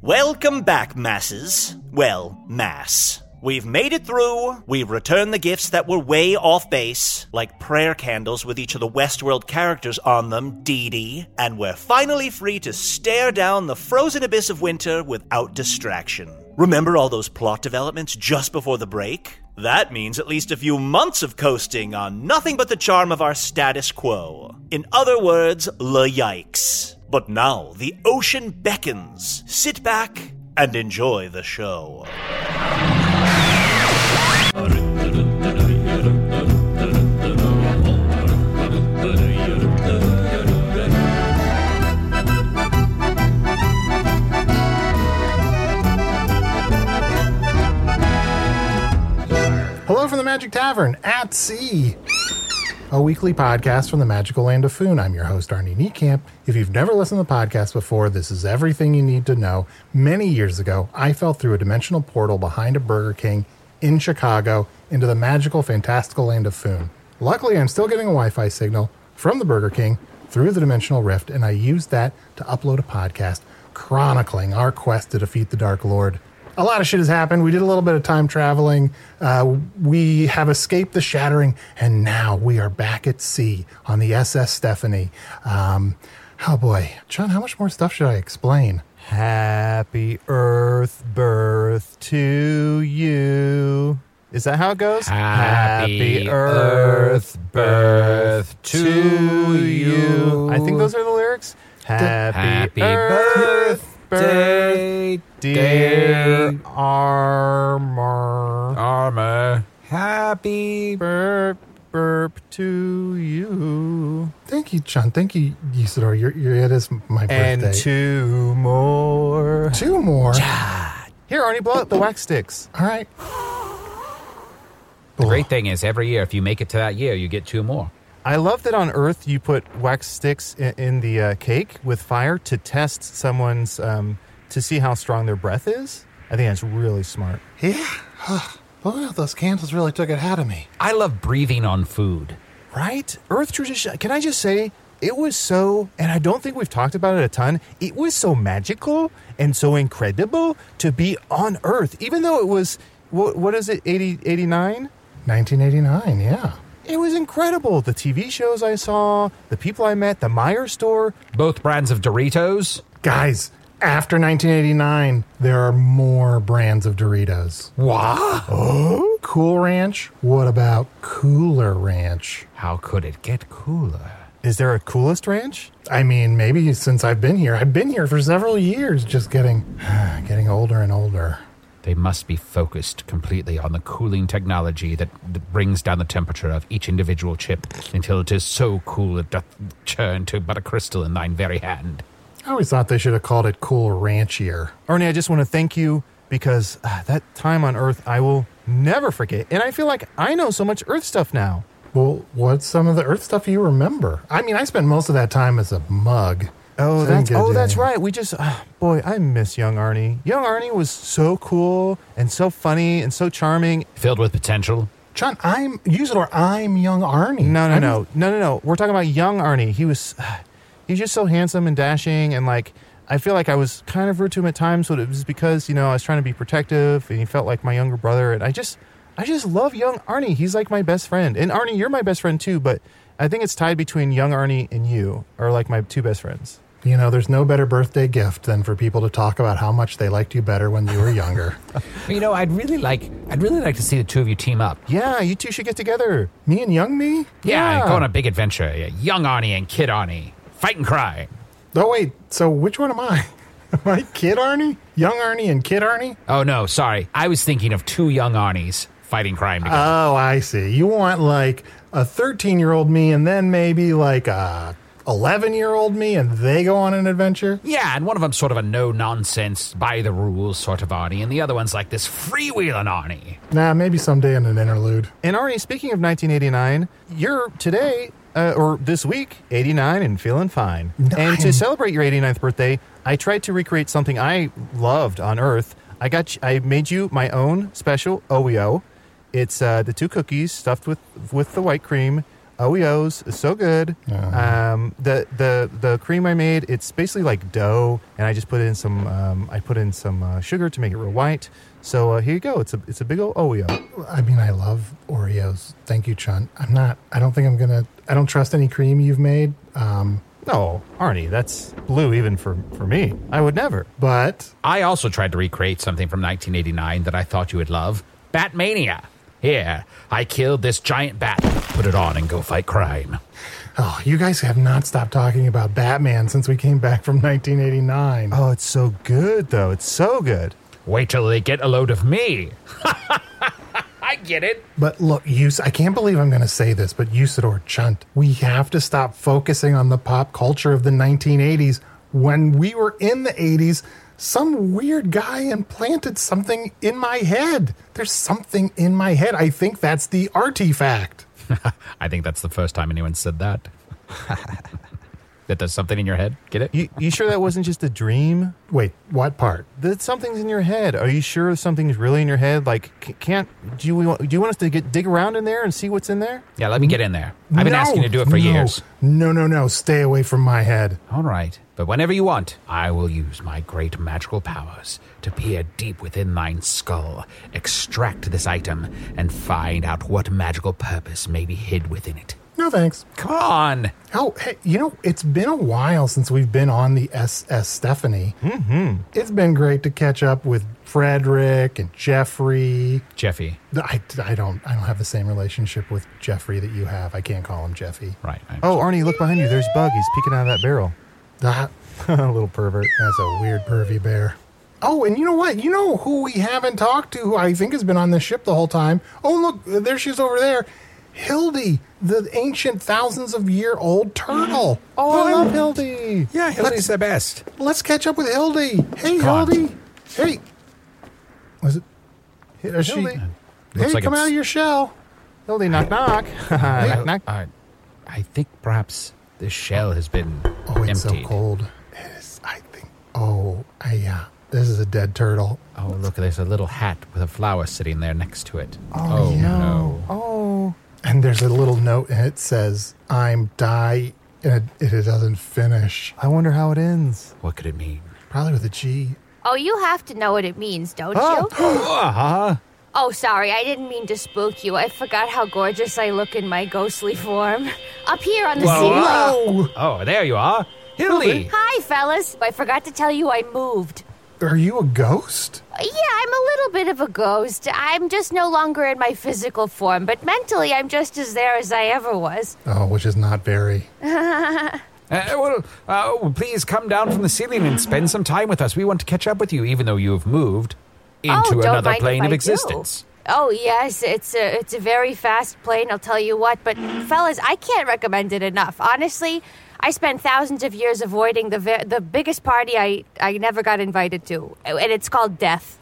Welcome back, masses. Well, mass. We've made it through. We've returned the gifts that were way off base, like prayer candles with each of the Westworld characters on them, Dee Dee, and we're finally free to stare down the frozen abyss of winter without distraction. Remember all those plot developments just before the break? That means at least a few months of coasting on nothing but the charm of our status quo. In other words, la yikes. But now the ocean beckons. Sit back and enjoy the show. Hello from the Magic Tavern at Sea, a weekly podcast from the magical land of Foon. I'm your host, Arnie Niekamp. If you've never listened to the podcast before, this is everything you need to know. Many years ago, I fell through a dimensional portal behind a Burger King in Chicago into the magical, fantastical land of Foon. Luckily, I'm still getting a Wi Fi signal from the Burger King through the dimensional rift, and I used that to upload a podcast chronicling our quest to defeat the Dark Lord. A lot of shit has happened. We did a little bit of time traveling. Uh, we have escaped the shattering, and now we are back at sea on the SS Stephanie. Um, oh boy, John, how much more stuff should I explain? Happy Earth Birth to you. Is that how it goes? Happy Earth Birth to you. I think those are the lyrics. Happy, Happy Earth Birth, Birthday, dear Armor. armor. Happy Burp Burp to you. Thank you, John. Thank you, Isidore. You're, you're, it is my birthday. And two more. Two more. Here, Arnie, blow out the wax sticks. All right. The great thing is, every year, if you make it to that year, you get two more. I love that on Earth you put wax sticks in, in the uh, cake with fire to test someone's um, to see how strong their breath is. I think that's really smart. Yeah. Blowing out those candles really took it out of me. I love breathing on food. Right? Earth tradition. Can I just say it was so, and I don't think we've talked about it a ton. It was so magical and so incredible to be on Earth, even though it was what, what is it, 80, 89? 1989, yeah. It was incredible. The TV shows I saw, the people I met, the Meyer store. Both brands of Doritos? Guys, after 1989, there are more brands of Doritos. Wah! Oh, Cool Ranch. What about Cooler Ranch? How could it get cooler? Is there a coolest ranch? I mean, maybe since I've been here, I've been here for several years, just getting, getting older and older. They must be focused completely on the cooling technology that that brings down the temperature of each individual chip until it is so cool it doth turn to but a crystal in thine very hand. I always thought they should have called it Cool Ranchier. Arnie, I just want to thank you because uh, that time on Earth I will never forget. And I feel like I know so much Earth stuff now. Well, what's some of the Earth stuff you remember? I mean, I spent most of that time as a mug. Oh, So that's good, oh, yeah, that's yeah. right. We just ah, boy, I miss young Arnie. Young Arnie was so cool and so funny and so charming. Filled with potential. John, I'm use it or I'm young Arnie. No, no, I'm- no, no, no, no. We're talking about young Arnie. He was he's just so handsome and dashing and like I feel like I was kind of rude to him at times, but it was because you know I was trying to be protective and he felt like my younger brother. And I just I just love young Arnie. He's like my best friend. And Arnie, you're my best friend too, but. I think it's tied between young Arnie and you are like my two best friends. You know, there's no better birthday gift than for people to talk about how much they liked you better when you were younger. You know, I'd really like I'd really like to see the two of you team up. Yeah, you two should get together. me and young me? Yeah, Yeah. go on a big adventure. Yeah, Young Arnie and Kid Arnie. Fight and cry. Oh wait, so which one am I? Am I Kid Arnie? Young Arnie and Kid Arnie? Oh no, sorry. I was thinking of two young Arnies fighting crime Uh. together. Oh, I see. You want like a 13 year old me and then maybe like a 11 year old me and they go on an adventure? yeah, and one of them's sort of a no nonsense, by the rules sort of Arnie, and the other one's like this freewheeling Arnie. Nah, maybe someday in an interlude. And Arnie, speaking of 1989, you're today uh, or this week 89 and feeling fine. And to celebrate your 89th birthday, I tried to recreate something I loved on Earth. I got I made you my own special OEO. It's uh, the two cookies stuffed with with the white cream. OEOs is so good. Um, the the the cream I made it's basically like dough, and I just put in some um, I put in some uh, sugar to make it real white. So uh, here you go. It's a it's a big old OEO. I mean, I love Oreos. Thank you, Chun. I'm not, I don't think I'm gonna, I don't trust any cream you've made, um, No, Arnie, that's blue even for, for me. I would never. but I also tried to recreate something from 1989 that I thought you would love Batmania. Here, I killed this giant bat, put it on, and go fight crime. oh, you guys have not stopped talking about Batman since we came back from 1989. Oh, it's so good though. It's so good. Wait till they get a load of me. I get it. But look, Yus, I can't believe I'm going to say this, but Usador Chunt, we have to stop focusing on the pop culture of the 1980s. When we were in the 80s, some weird guy implanted something in my head. There's something in my head. I think that's the artifact. I think that's the first time anyone said that. that there's something in your head. Get it? You you sure that wasn't just a dream? Wait, what part? That something's in your head. Are you sure something's really in your head? Like, c- can't do you want, do you want us to get dig around in there and see what's in there? Yeah, let me get in there. I've been No, asking you to do it for no, years. No, no, no. Stay away from my head. All right. But whenever you want, I will use my great magical powers to peer deep within thine skull, extract this item, and find out what magical purpose may be hid within it. No, thanks. Come on! Oh, hey, you know, it's been a while since we've been on the SS Stephanie. Mm-hmm. It's been great to catch up with Frederick and Jeffrey. Jeffy. I, I don't I don't have the same relationship with Jeffrey that you have. I can't call him Jeffy. Right. I- Oh, Arnie, look behind you. There's Bug. He's peeking out of that barrel. That a little pervert. that's a weird pervy bear. Oh, and you know what? You know who we haven't talked to, who I think has been on this ship the whole time. Oh, look, there she is over there. Hildy, the ancient thousands of year old turtle. Oh, I love Hildy. Yeah, Hildy's the best. Let's catch up with Hildy. Hey, Come on. Hildy. Hey. Was it? Is she, Hildy. hey, Looks like come out it's- of your shell. Hildy, knock knock. knock knock. Uh, I think perhaps the shell has been Oh, it's emptied. so cold. It is, I think. Oh, I, yeah. This is a dead turtle. Oh, look, there's a little hat with a flower sitting there next to it. Oh, yeah. no. Oh, And there's a little note, and it says, "I'm die," and it, it doesn't finish. I wonder how it ends. What could it mean? Probably with a G. Oh, you have to know what it means, don't you? Oh, sorry, I didn't mean to spook you. I forgot how gorgeous I look in my ghostly form. Up here on the sea level. Whoa! Oh, there you are. Hildy! Hi, fellas. I forgot to tell you I moved. Are you a ghost? Uh, Yeah, I'm a little bit of a ghost. I'm just no longer in my physical form, but mentally I'm just as there as I ever was. Oh, which is not very. Uh, well, uh, well, please come down from the ceiling and spend some time with us. We want to catch up with you, even though you have moved Oh, into don't another mind if plane I of do. existence. Oh yes, it's a it's a very fast plane. I'll tell you what, but fellas, I can't recommend it enough. Honestly, I spent thousands of years avoiding the ve- the biggest party I I never got invited to, and it's called death.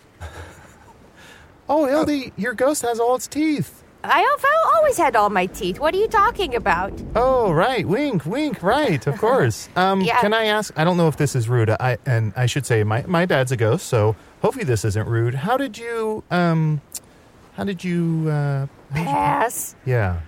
Oh, Hildy, your ghost has all its teeth. I have I always had all my teeth. What are you talking about? Oh, right. Wink, wink. Right. Of course. Um, Yeah. Can I ask? I don't know if this is rude. I and I should say my my dad's a ghost, so hopefully this isn't rude. How did you um, how did you uh, Pass. yeah.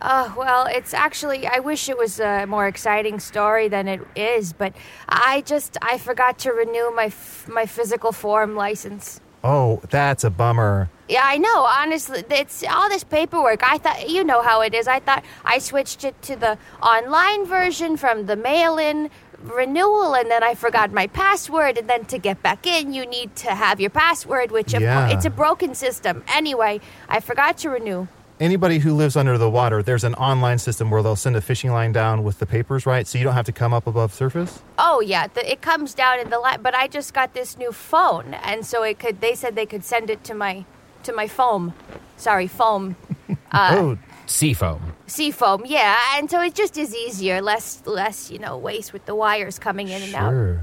Oh, well, it's actually, I wish it was a more exciting story than it is, but I just, I forgot to renew my, f- my physical form license. Oh, that's a bummer. Yeah, I know. Honestly, it's all this paperwork. I thought, you know how it is. I thought I switched it to the online version from the mail in renewal, and then I forgot my password. And then to get back in, you need to have your password, which of Yeah. cour- it's a broken system. Anyway, I forgot to renew. Anybody who lives under the water, there's an online system where they'll send a fishing line down with the papers, right? So you don't have to come up above surface. Oh yeah, the, it comes down in the line. But I just got this new phone, and so it could. They said they could send it to my to my foam. Sorry, foam, oh, Seafoam. seafoam. Yeah, and so it just is easier, less less you know waste with the wires coming in and out. sure.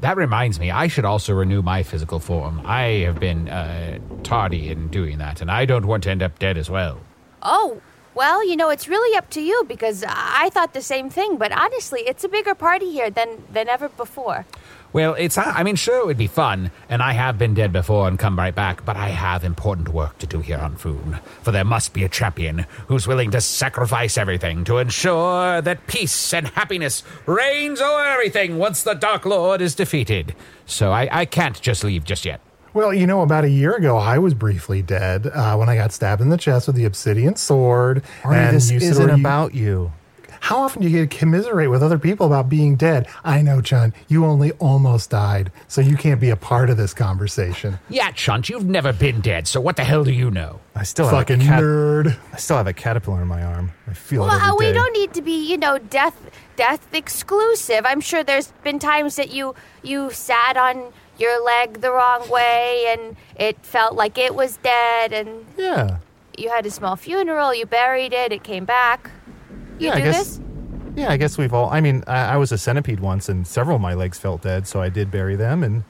That reminds me, I should also renew my physical form. I have been uh, tardy in doing that, and I don't want to end up dead as well. Oh. Well, you know, it's really up to you because I thought the same thing, but honestly, it's a bigger party here than than ever before. Well, it's, I mean, sure, it would be fun, and I have been dead before and come right back, but I have important work to do here on Foon. For there must be a champion who's willing to sacrifice everything to ensure that peace and happiness reigns over everything once the Dark Lord is defeated. So I, I can't just leave just yet. Well, you know, about a year ago, I was briefly dead uh, when I got stabbed in the chest with the obsidian sword. Arnie, this you said, isn't "Are you- about you. How often do you get to commiserate with other people about being dead? I know, John, you only almost died, so you can't be a part of this conversation. Yeah, Chunt, you've never been dead, so what the hell do you know? I still Fucking have a cat- nerd. I still have a caterpillar in my arm. I feel it every Well, uh, we day. don't need to be, you know, death death exclusive. I'm sure there's been times that you you sat on your leg the wrong way and it felt like it was dead and Yeah. you had a small funeral, you buried it, it came back. You Yeah, I do guess- this? Yeah, I guess we've all. I mean, I, I was a centipede once, and several of my legs felt dead, so I did bury them. And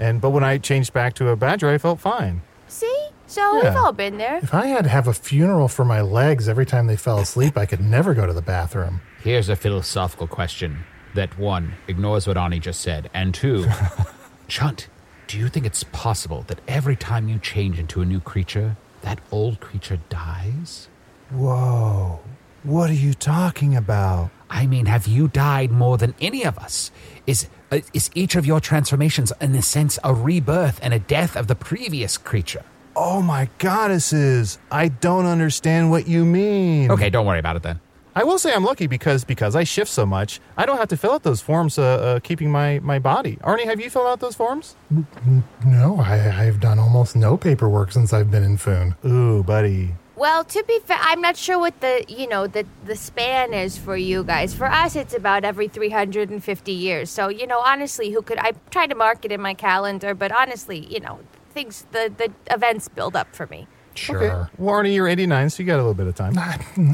and but when I changed back to a badger, I felt fine. See? So Yeah. we've all been there. If I had to have a funeral for my legs every time they fell asleep, I could never go to the bathroom. Here's a philosophical question that one ignores what Ani just said, and two, Chunt, do you think it's possible that every time you change into a new creature, that old creature dies? Whoa! What are you talking about? I mean, have you died more than any of us? Is uh, is each of your transformations, in a sense, a rebirth and a death of the previous creature? Oh my goddesses! I don't understand what you mean. Okay, don't worry about it then. I will say I'm lucky because because I shift so much, I don't have to fill out those forms. Uh, uh keeping my my body. Arnie, have you filled out those forms? No, I, I've done almost no paperwork since I've been in Foon. Ooh, buddy. Well, to be fair, I'm not sure what the, you know, the the span is for you guys. For us, it's about every 350 years. So, you know, honestly, who could I try to mark it in my calendar, but honestly, you know, things the the events build up for me. Sure. Okay. Well, Arnie, Eh, you're 89, so you got a little bit of time.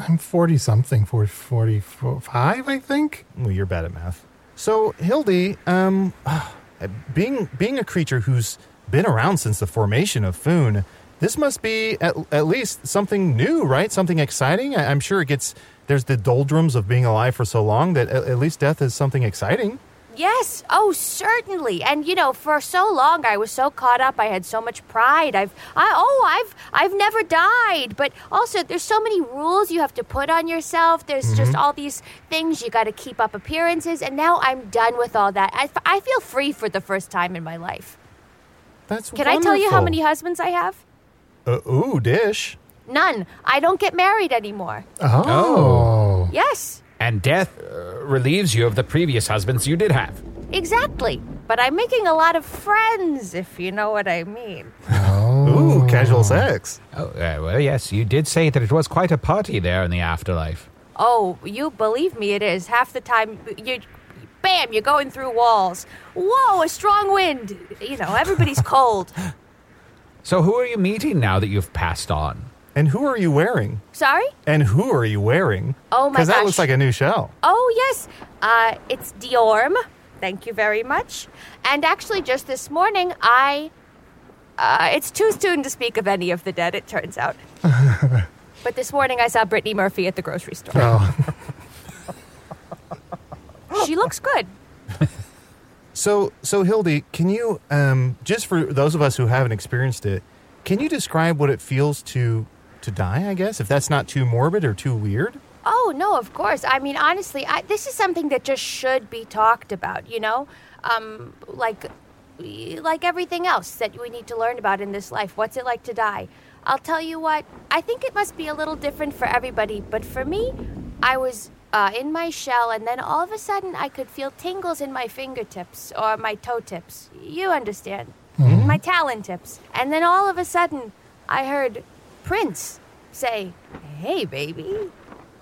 I'm 40 something, 40, 45, I think. Well, you're bad at math. So, Hildy, um, being being a creature who's been around since the formation of Foon, this must be at, at least something new, right? Something exciting. I, I'm sure it gets there's the doldrums of being alive for so long that at, at least death is something exciting. Yes, oh, certainly. And you know, for so long I was so caught up. I had so much pride. I've I oh, I've I've never died, but also there's so many rules you have to put on yourself. There's just all these things you got to keep up appearances, and now I'm done with all that. I, f- I feel free for the first time in my life. That's Can I tell you how many wonderful. husbands I have? Uh, ooh, dish. None. I don't get married anymore. Oh. Yes, And death uh, relieves you of the previous husbands you did have. exactly. But I'm making a lot of friends, if you know what I mean. Oh. Ooh, casual sex. Oh, uh, well, yes, you did say that it was quite a party there in the afterlife. Oh, you believe me, it is. Half the time, you, bam, you're going through walls. Whoa, a strong wind. You know, everybody's cold. So, who are you meeting now that you've passed on? And who are you wearing? Sorry? And who are you wearing? Oh my Because that gosh. looks like a new shell. Oh, yes. Uh, it's Diorm. Thank you very much. And actually, just this morning, I. Uh, it's too soon to speak of any of the dead, it turns out. But this morning I saw Brittany Murphy at the grocery store. Oh, She looks good. So, so Hildy, can you um, just for those of us who haven't experienced it, can you describe what it feels to to die? I guess if that's not too morbid or too weird. Oh, no, of course. I mean, honestly, I, this is something that just should be talked about, you know? Um, like, like everything else that we need to learn about in this life. What's it like to die? I'll tell you what, I think it must be a little different for everybody, but for me, I was uh, in my shell, and then all of a sudden I could feel tingles in my fingertips or my toe tips. You understand. My talon tips. And then all of a sudden, I heard Prince say, Hey, baby,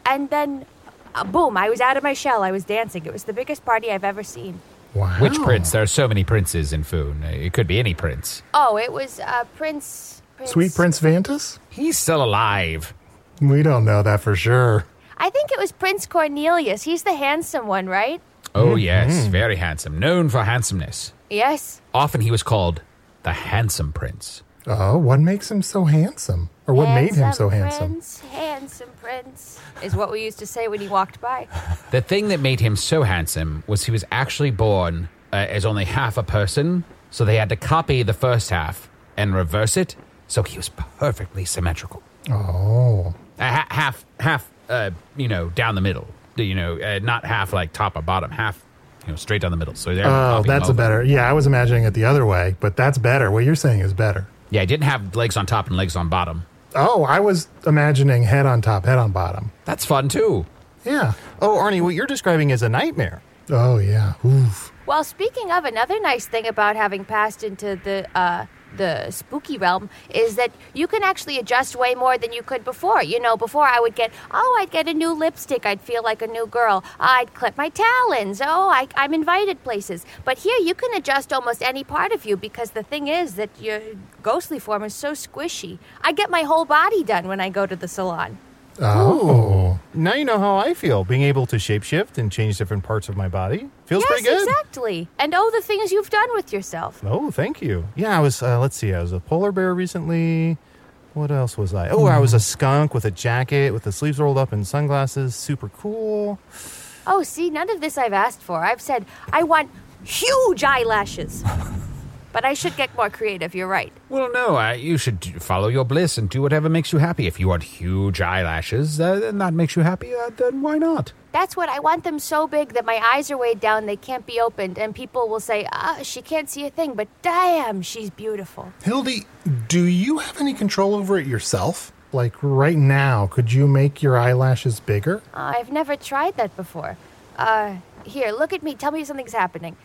and then uh, boom i was out of my shell i was dancing it was the biggest party i've ever seen wow. Which prince? There are so many princes in Foon. It could be any prince. oh it was uh, prince, prince Sweet Prince Vantis? He's still alive. We don't know that for sure. i think it was prince cornelius he's the handsome one right Oh, yes, very handsome. Known for handsomeness. yes Often he was called the handsome prince. Oh, what makes him so handsome? Or what made him so handsome? prince, handsome prince is what we used to say when he walked by The thing that made him so handsome was he was actually born uh, as only half a person, so they had to copy the first half and reverse it, so he was perfectly symmetrical. Oh. Uh, ha- half, half, uh, you know, down the middle. You know, uh, not half like top or bottom, half, you know, straight down the middle. So they're Oh, copying that's a over. better. Yeah, I was imagining it the other way, but that's better. What you're saying is better. Yeah, he didn't have legs on top and legs on bottom. Oh, I was imagining head on top, head on bottom. That's fun too. Yeah. Oh, Arnie, what you're describing is a nightmare. Oh, yeah. Oof. well speaking of another nice thing about having passed into the uh, the spooky realm is that you can actually adjust way more than you could before. You know, before I would get, oh, I'd get a new lipstick. I'd feel like a new girl. I'd clip my talons. Oh, I, I'm invited places. But here you can adjust almost any part of you because the thing is that your ghostly form is so squishy. I get my whole body done when I go to the salon. Oh. Now you know how I feel being able to shapeshift and change different parts of my body. Feels yes, pretty good. exactly. And oh, the things you've done with yourself. Oh, thank you. Yeah, I was. Uh, let's see. I was a polar bear recently. What else was I? Oh, I Mm-hmm. was a skunk with a jacket with the sleeves rolled up and sunglasses. Super cool. Oh, see, none of this I've asked for. I've said I want huge eyelashes. but I should get more creative, you're right. Well, no, uh, you should d- follow your bliss and do whatever makes you happy. If you want huge eyelashes uh, and that makes you happy, uh, then why not? That's what I want them so big that my eyes are weighed down, they can't be opened, and people will say, ah, she can't see a thing, but damn, she's beautiful. Hildy, do you have any control over it yourself? Like right now, could you make your eyelashes bigger? Uh, I've never tried that before. Uh, here, look at me. Tell me if something's happening.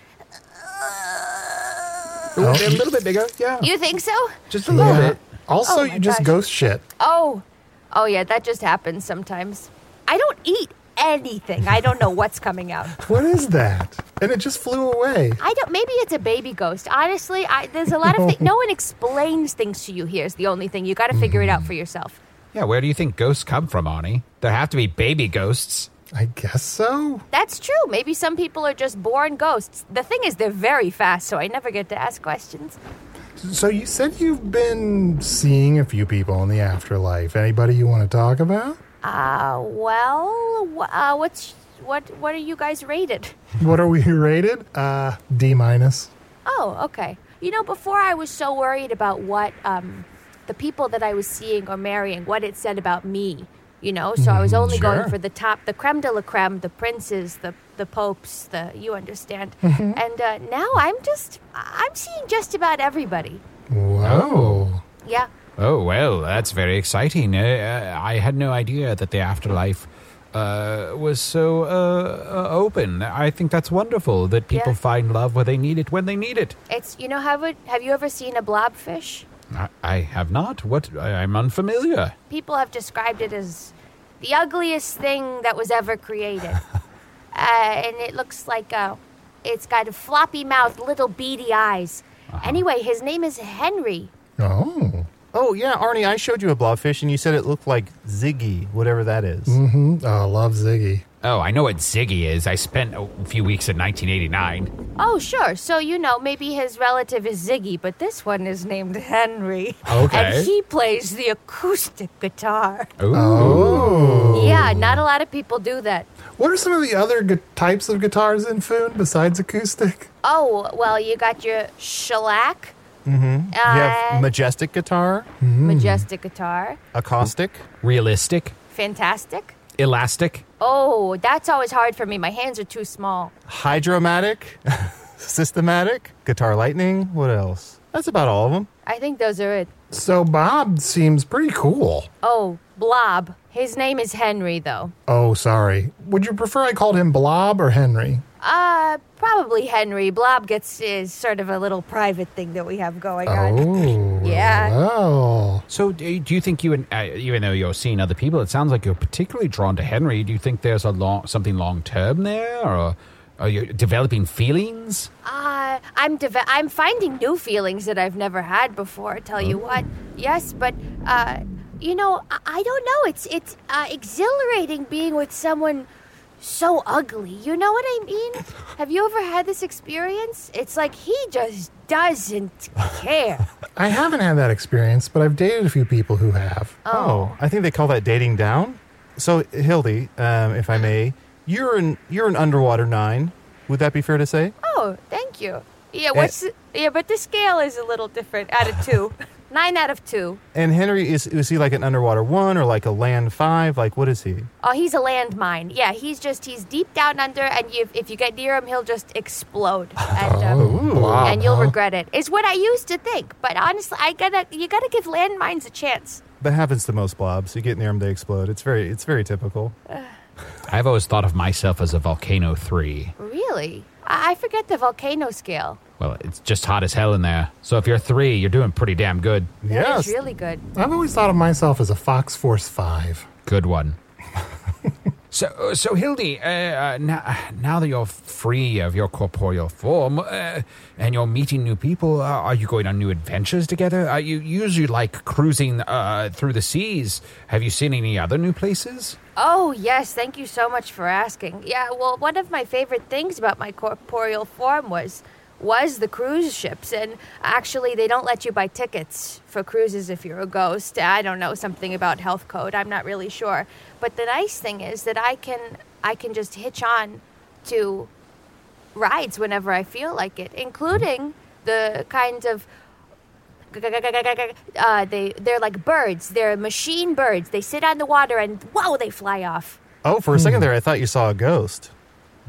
Oh. A little bit bigger, yeah. You think so? Just a little Yeah. bit. Uh, Also, Oh my you just gosh. ghost shit. Oh, oh yeah, that just happens sometimes. I don't eat anything. I don't know what's coming out. What is that? And it just flew away. I don't. Maybe it's a baby ghost. Honestly, I, there's a lot of things. No one explains things to you. Here is the only thing you got to figure it out for yourself. Yeah, where do you think ghosts come from, Arnie? There have to be baby ghosts. I guess so. That's true. Maybe some people are just born ghosts. The thing is, they're very fast, so I never get to ask questions. So you said you've been seeing a few people in the afterlife. Anybody you want to talk about? Uh, well, wh- uh, what's what? What are you guys rated? What are we rated? Uh, D minus. Oh, okay. You know, before I was so worried about what um, the people that I was seeing or marrying, what it said about me. You know, so I was only going for the top, the creme de la creme, the princes, the the popes, the you understand. And uh, now I'm just, I'm seeing just about everybody. Whoa. Yeah. Oh, well, that's very exciting. Uh, Uh, I had no idea that the afterlife uh, was so uh, uh, open. I think that's wonderful that people Yeah. find love where they need it when they need it. It's you know have it, have you ever seen a blobfish? I, I have not. What? I, I'm unfamiliar. People have described it as the ugliest thing that was ever created. uh, and it looks like uh, it's got a floppy mouth, little beady eyes. Anyway, his name is Henry. Oh. Oh yeah, Arnie, I showed you a blobfish and you said it looked like Ziggy, whatever that is. Mm-hmm. Oh, I love Ziggy. Oh, I know what Ziggy is. I spent a few weeks in 1989. Oh, sure. So, you know, maybe his relative is Ziggy, but this one is named Henry. Okay. And he plays the acoustic guitar. Ooh. Yeah, not a lot of people do that. What are some of the other gu- types of guitars in Foon besides acoustic? Oh, well, you got your shellac, mm-hmm. You have majestic guitar, majestic guitar, acoustic. Realistic, fantastic. elastic. Oh, that's always hard for me. My hands are too small. hydromatic, systematic, guitar lightning. What else? That's about all of them. I think those are it. So Bob seems pretty cool. Oh, Blob. His name is Henry, though. Oh, sorry. Would you prefer I called him Blob or Henry? Uh, probably Henry. Blob gets is sort of a little private thing that we have going on. Oh, Yeah. Well, So, do do you think you, and uh, even though you're seeing other people, it sounds like you're particularly drawn to Henry. Do you think there's a long, something long term there, or are you developing feelings? Uh, I'm deve- I'm finding new feelings that I've never had before. Tell you what, yes, but uh, you know, I, I don't know. It's it's uh, exhilarating being with someone so ugly. You know what I mean? have you ever had this experience? It's like he just doesn't care. I haven't had that experience, but I've dated a few people who have. Oh, I think they call that dating down. So, Hildy, um, if I may, you're an you're an underwater nine. Would that be fair to say? Oh, thank you. Yeah, what's yeah, but the scale is a little different. Out of two, nine out of two. And Henry is is he like an underwater one or like a land five? Like what is he? Oh, he's a landmine. Yeah, he's just he's deep down under, and you, if you get near him, he'll just explode, and, um, Blob, and you'll Oh, huh? regret it. Is what I used to think, but honestly, I gotta you gotta give landmines a chance. That happens to most blobs. You get near them, they explode. It's very it's very typical. I've always thought of myself as a volcano three. Really, I, I forget the volcano scale. Well, it's just hot as hell in there. So if you're three, you're doing pretty damn good. That yes. is really good. I've always thought of myself as a Fox Force 5. Good one. so, so Hildy, uh, uh, now, now that you're free of your corporeal form uh, and you're meeting new people, uh, are you going on new adventures together? Uh, you usually like cruising uh, through the seas. Have you seen any other new places? Oh, yes, thank you so much for asking. Yeah, well, one of my favorite things about my corporeal form was was the cruise ships and actually they don't let you buy tickets for cruises if you're a ghost. I don't know something about health code. I'm not really sure. But the nice thing is that I can I can just hitch on to rides whenever I feel like it, including the kinds of uh, they they're like birds. They're machine birds. They sit on the water and whoa, they fly off. Oh, for a Hmm. second there, I thought you saw a ghost.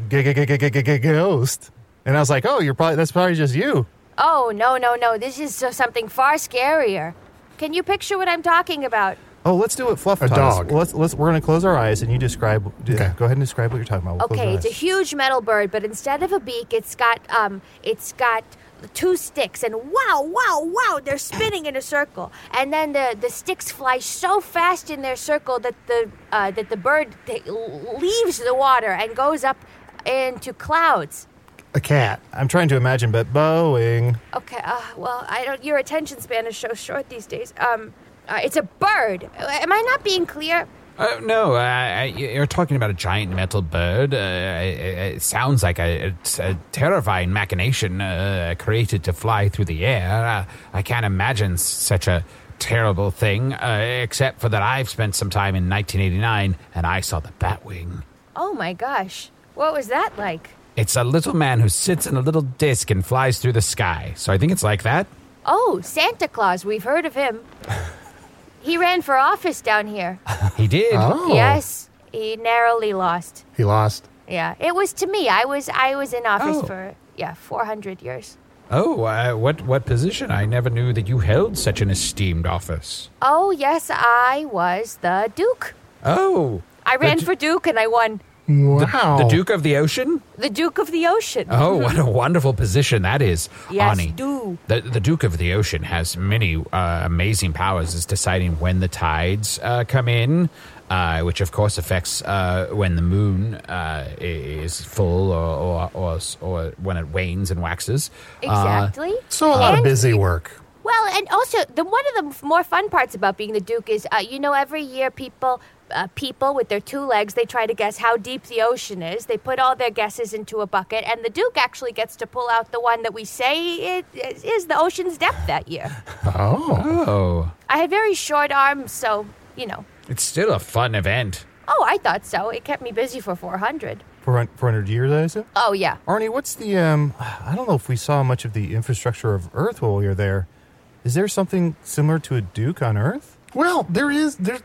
Ghost. And I was like, oh, you're probably that's probably just you. Oh no no no! This is so- something far scarier. Can you picture what I'm talking about? Oh, let's do it. Fluff A ties. dog. Well, Let's let's we're gonna close our eyes and you describe. d- Okay. Go ahead and describe what you're talking about. We'll close Okay, our it's a eyes. huge metal bird, but instead of a beak, it's got um, it's got two sticks, and wow, wow, wow, they're spinning in a circle, and then the the sticks fly so fast in their circle that the uh, that the bird th- leaves the water and goes up into clouds. A cat. I'm trying to imagine, but Boeing. Okay, uh, well, I don't. Your attention span is so short these days. Um, uh, it's a bird. Uh, Am I not being clear? Uh, no, uh, I- you're talking about a giant metal bird. Uh, it, it sounds like a, it's a terrifying machination uh, created to fly through the air. Uh, I can't imagine s- such a terrible thing, uh, except for that I've spent some time in 1989 and I saw the Batwing. Oh my gosh, what was that like? It's a little man who sits in a little disc and flies through the sky. So I think it's like that. Oh, Santa Claus. We've heard of him. he ran for office down here. He did. Oh. Yes, he narrowly lost. He lost. Yeah, it was to me. I was I was in office Oh. for yeah 400 years. Oh, uh, what what position? I never knew that you held such an esteemed office. Oh yes, I was the Duke. Oh. I ran du- for Duke and I won Wow. Oh. The Duke of the Ocean? the Duke of the Ocean. Oh, what a wonderful position that is, Yes, Ani. do. The, the Duke of the Ocean has many uh, amazing powers. Is deciding when the tides uh, come in, uh, which of course affects uh, when the moon uh, i- is full or or, or or when it wanes and waxes. Uh, Exactly. Uh, So a lot of And- busy work. Well, and also the one of the f- more fun parts about being the Duke is, uh, you know, every year people. Uh, people with their two legs, they try to guess how deep the ocean is. They put all their guesses into a bucket, and the Duke actually gets to pull out the one that we say it is is the ocean's depth that year. Oh. Oh, I had very short arms, so, you know. it's still a fun event. Oh, I thought so. It kept me busy for 400. For hun- for 100 years, I assume? Oh, yeah. Arnie, what's the um? I don't know if we saw much of the infrastructure of Earth while we were there. Is there something similar to a Duke on Earth? Well, there is there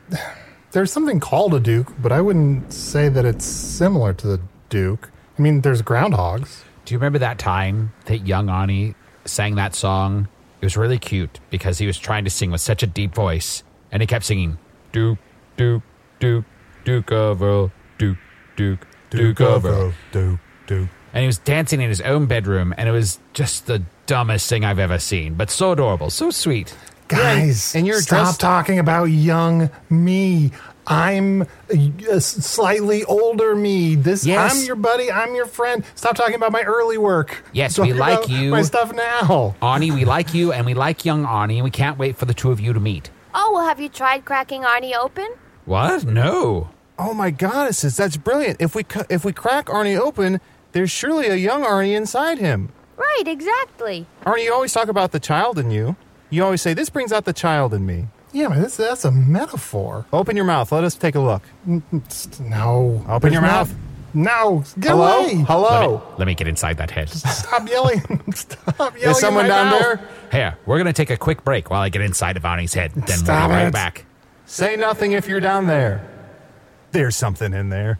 there's something called a duke, but I wouldn't say that it's similar to the duke. I mean, there's groundhogs. Do you remember that time that young Ani sang that song? It was really cute because he was trying to sing with such a deep voice, and he kept singing Duke, Duke, Duke, Duke of Earl, Duke, Duke, Duke, of Earl. Duke, Duke. And he was dancing in his own bedroom, and it was just the dumbest thing I've ever seen, but so adorable, so sweet. Guys, and you're stop dressed- talking about young me. I'm uh, s- slightly older me. This Yes. I'm your buddy. I'm your friend. Stop talking about my early work. Yes, Talk we like about you. My stuff now. Ani, we like you, and we like young Ani, and we can't wait for the two of you to meet. Oh, well, have you tried cracking Arnie open? What? No. Oh my goddesses, that's brilliant! If we cu- if we crack Arnie open, there's surely a young Arnie inside him. Right, exactly. Arnie, you always talk about the child in you. You always say this brings out the child in me. Yeah, man, that's that's a metaphor. Open your mouth. Let us take a look. It's- No, Open your It's mouth. Not, no, get Hello, away. Let hello. me, Oh. let me get inside that head. Stop yelling. Stop yelling. Is someone in my down mouth. there? Here, we're going to take a quick break while I get inside of Ani's head. Then Stop we'll be right it. back. Say nothing if you're down there. There's something in there.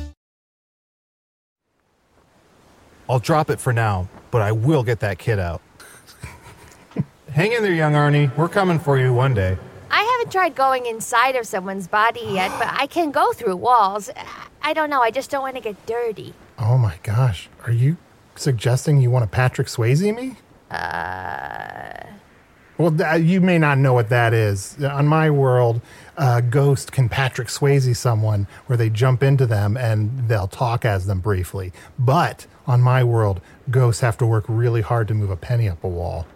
I'll drop it for now, but I will get that kid out. Hang in there, young Arnie. We're coming for you one day. I haven't tried going inside of someone's body yet, but I can go through walls. I- I don't know. I just don't want to get dirty. Oh my gosh. Are you suggesting you want to Patrick Swayze me? Uh. Well, th- you may not know what that is. Uh, On my world, a ghost can Patrick Swayze someone where they jump into them and they'll talk as them briefly. But on my world, ghosts have to work really hard to move a penny up a wall.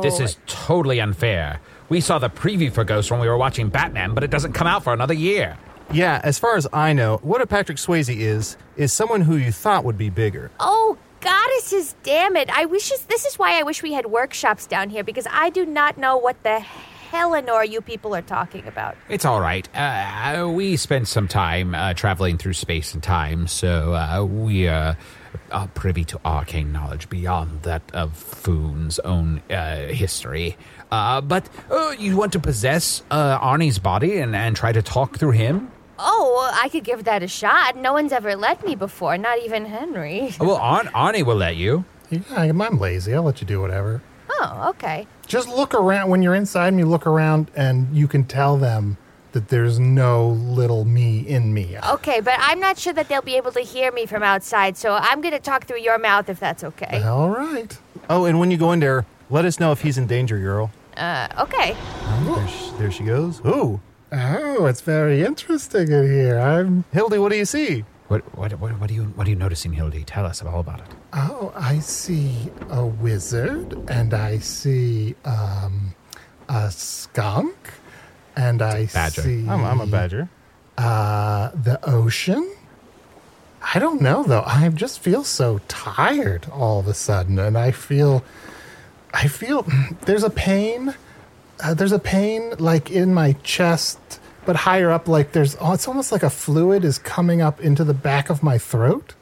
This is totally unfair. We saw the preview for Ghost when we were watching Batman, but it doesn't come out for another year. Yeah, as far as I know, what a Patrick Swayze is, is someone who you thought would be bigger. Oh, goddesses, damn it. I wish this, this is why I wish we had workshops down here because I do not know what the Hellenor you people are talking about. It's all right. Uh, uh, we spent some time uh, traveling through space and time, so uh, we uh, are privy to arcane knowledge beyond that of Foon's own uh, history. Uh, but uh, you want to possess uh, Arnie's body and, and try to talk through him? Oh, I could give that a shot. No one's ever let me before, not even Henry. Well, Ar- Arnie will let you. Yeah, I'm I'm lazy. I'll let you do whatever. Oh, okay. just look around when you're inside me look around and you can tell them that there's no little me in me Okay, but I'm not sure that they'll be able to hear me from outside, so I'm going to talk through your mouth if that's okay. all right Oh, and when you go in there, let us know if he's in danger, Earl. Uh, okay. There, sh- there she goes. Ooh, Oh, it's very interesting in here. I'm Hildy, what do you see? What, what, what, what, are you, what are you noticing, Hildy? Tell us all about it. Oh, I see a wizard, and I see um, a skunk, and I badger. Oh. see I'm, I'm a badger. uh, the ocean. I don't know though. I just feel so tired all of a sudden, and I feel, I feel there's a pain. Uh, there's a pain like in my chest, but higher up, like there's. Oh, it's almost like a fluid is coming up into the back of my throat.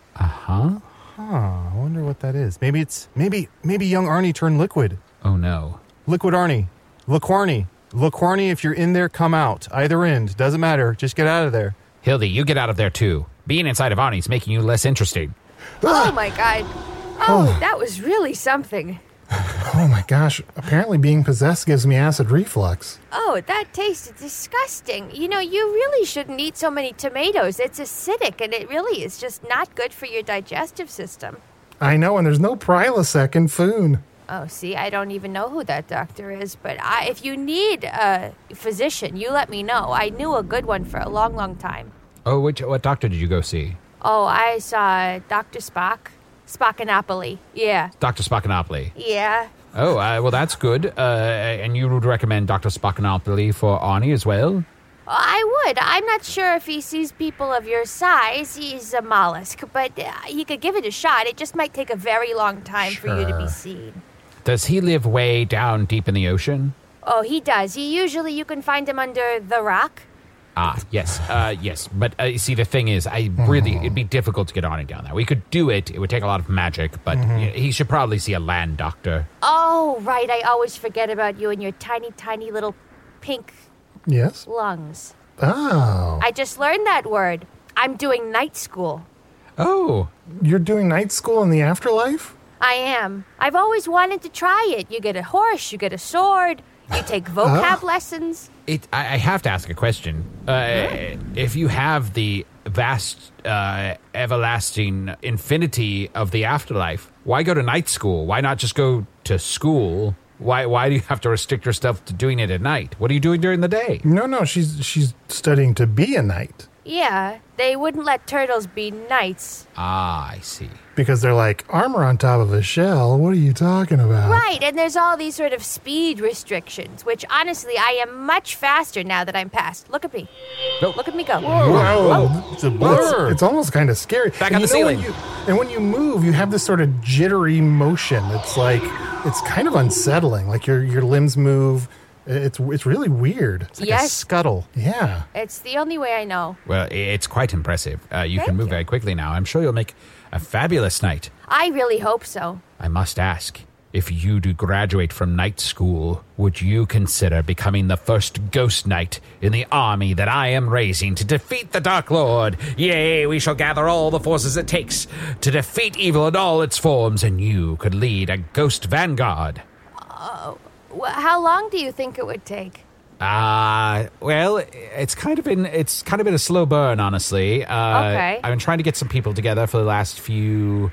Huh, I wonder what that is. Maybe it's maybe maybe young Arnie turned liquid. Oh, no. Liquid Arnie. Laquarnie. Laquarnie, if you're in there, come out. Either end. Doesn't matter. Just get out of there. Hildy, you get out of there too. Being inside of Arnie's making you less interesting. Oh my god. Oh, that was really something. Oh my gosh! Apparently, being possessed gives me acid reflux. Oh, that tasted disgusting. You know, you really shouldn't eat so many tomatoes. It's acidic and it really is just not good for your digestive system. I know, and there's no Prilosec in Foon. Oh, see, I don't even know who that doctor is, but I, if you need a physician, you let me know. I knew a good one for a long, long time. Oh, which what doctor did you go see? Oh, I saw Dr. Spock. Spockinopoly. Yeah. Doctor Spockinopoly. Yeah. Oh, uh, well, that's good. Uh, and you would recommend Doctor Spockinopoly for Arnie as well? I would. I'm not sure if he sees people of your size. He's a mollusk, but uh, he could give it a shot. It just might take a very long time for you to be seen. Does he live way down deep in the ocean? Oh, he does. He usually you can find him under the rock. Ah, yes, uh, yes. But uh, you see, the thing is, I really it'd be difficult to get Arnie down there. We could do it; it would take a lot of magic, but y he should probably see a land doctor. Oh, right. I always forget about you and your tiny, tiny little pink Yes. lungs. Oh, I just learned that word. I'm doing night school. Oh, you're doing night school in the afterlife? I am. I've always wanted to try it. You get a horse, you get a sword, you take Ah. vocab lessons. It, I, I have to ask a question. Uh, if you have the vast, uh, everlasting infinity of the afterlife, why go to night school? Why not just go to school? Why, why do you have to restrict yourself to doing it at night? What are you doing during the day? No, no, she's she's studying to be a knight Yeah, they wouldn't let turtles be knights. Ah, I see. because they're like armor on top of a shell. What are you talking about? Right, and there's all these sort of speed restrictions, which honestly, I am much faster now that I'm past. Look at me. Look at me go. Whoa. It's a blur. It's, it's almost kind of scary. Back And on you the know when ceiling. you- and when you move, you have this sort of jittery motion. It's like it's kind of unsettling. Like your your limbs move. It's it's really weird. Like a yes, scuttle. Yeah. it's the only way I know. Well, i- it's quite impressive. Uh, you can move very quickly now. I'm sure you'll make a fabulous night. I really hope so. I must ask if you do graduate from night school, would you consider becoming the first ghost knight in the army that I am raising to defeat the Dark Lord? Yea, we shall gather all the forces it takes to defeat evil in all its forms, and you could lead a ghost vanguard. Wh- How long do you think it would take? Uh, well, it's kind of been it's kind of been a slow burn, honestly. Uh, Okay. I've been trying to get some people together for the last few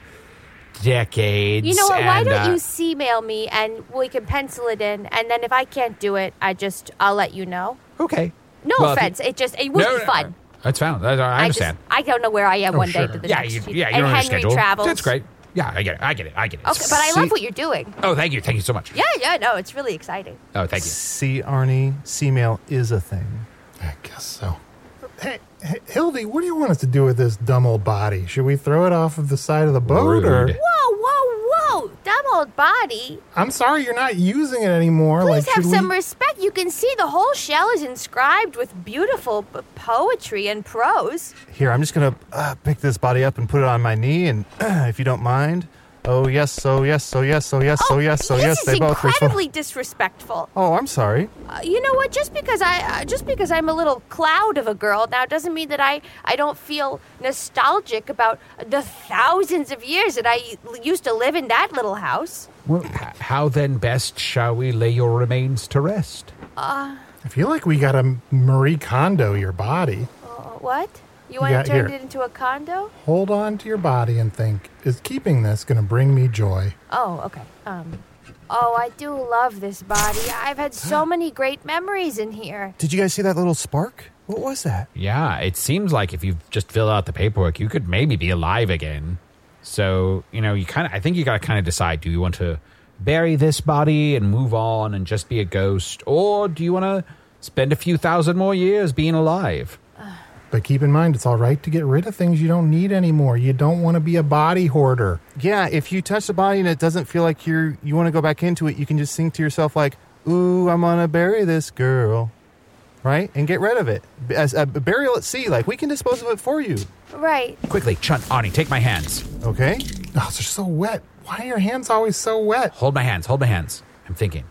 decades. You know what? Why and, don't uh, you c mail me and we can pencil it in, and then if I can't do it, I just I'll let you know. Okay. No Well, if you- offense. It just it would No, be no, fun. no. That's fine. I, I I understand. Oh, just I don't know where I am one day to the yeah, next. you, few- yeah, you're and on your Henry schedule. travels. That's great. Yeah, I get it. I get it. I get it. Okay, but I love what you're doing. Oh, thank you. Thank you so much. Yeah, yeah, no, it's really exciting. Oh, thank you. See, Arnie, sea mail is a thing. I guess so. Hey, H- Hildy, what do you want us to do with this dumb old body? Should we throw it off of the side of the boat? Or Rude. Whoa, whoa, whoa! Dumb old body. I'm sorry, you're not using it anymore. Please have should some we- respect. You can see the whole shell is inscribed with beautiful p- poetry and prose. Here, I'm just gonna uh, pick this body up and put it on my knee, and if you don't mind. Oh yes, oh yes, oh yes, oh yes, oh, yes, oh this yes. is They both reach for- incredibly disrespectful. Oh, I'm sorry. Uh, you know what? Just because I uh, just because I'm a little cloud of a girl now doesn't mean that I I don't feel nostalgic about the thousands of years that I l- used to live in that little house. Well, h- how then best shall we lay your remains to rest? I feel like we got to Marie Kondo your body. Uh, what? You want Yeah, to turn here. it into a condo? Hold on to your body and think, is keeping this going to bring me joy? Oh, okay. Um. Oh, I do love this body. I've had so many great memories in here. Did you guys see that little spark? What was that? Yeah, it seems like if you just fill out the paperwork, you could maybe be alive again. So, you know, you kind of, I think you got to kind of decide do you want to bury this body and move on and just be a ghost? Or do you want to spend a few thousand more years being alive? But keep in mind, it's all right to get rid of things you don't need anymore. You don't want to be a body hoarder. Yeah, if you touch the body and it doesn't feel like you're you want to go back into it, you can just think to yourself like, "Ooh, I'm gonna bury this girl," right, and get rid of it. B- As a burial at sea, like we can dispose of it for you. Right. Quickly, Chunt, Arnie, take my hands. Okay. Oh, they're so wet. Why are your hands always so wet? Hold my hands, hold my hands. I'm thinking.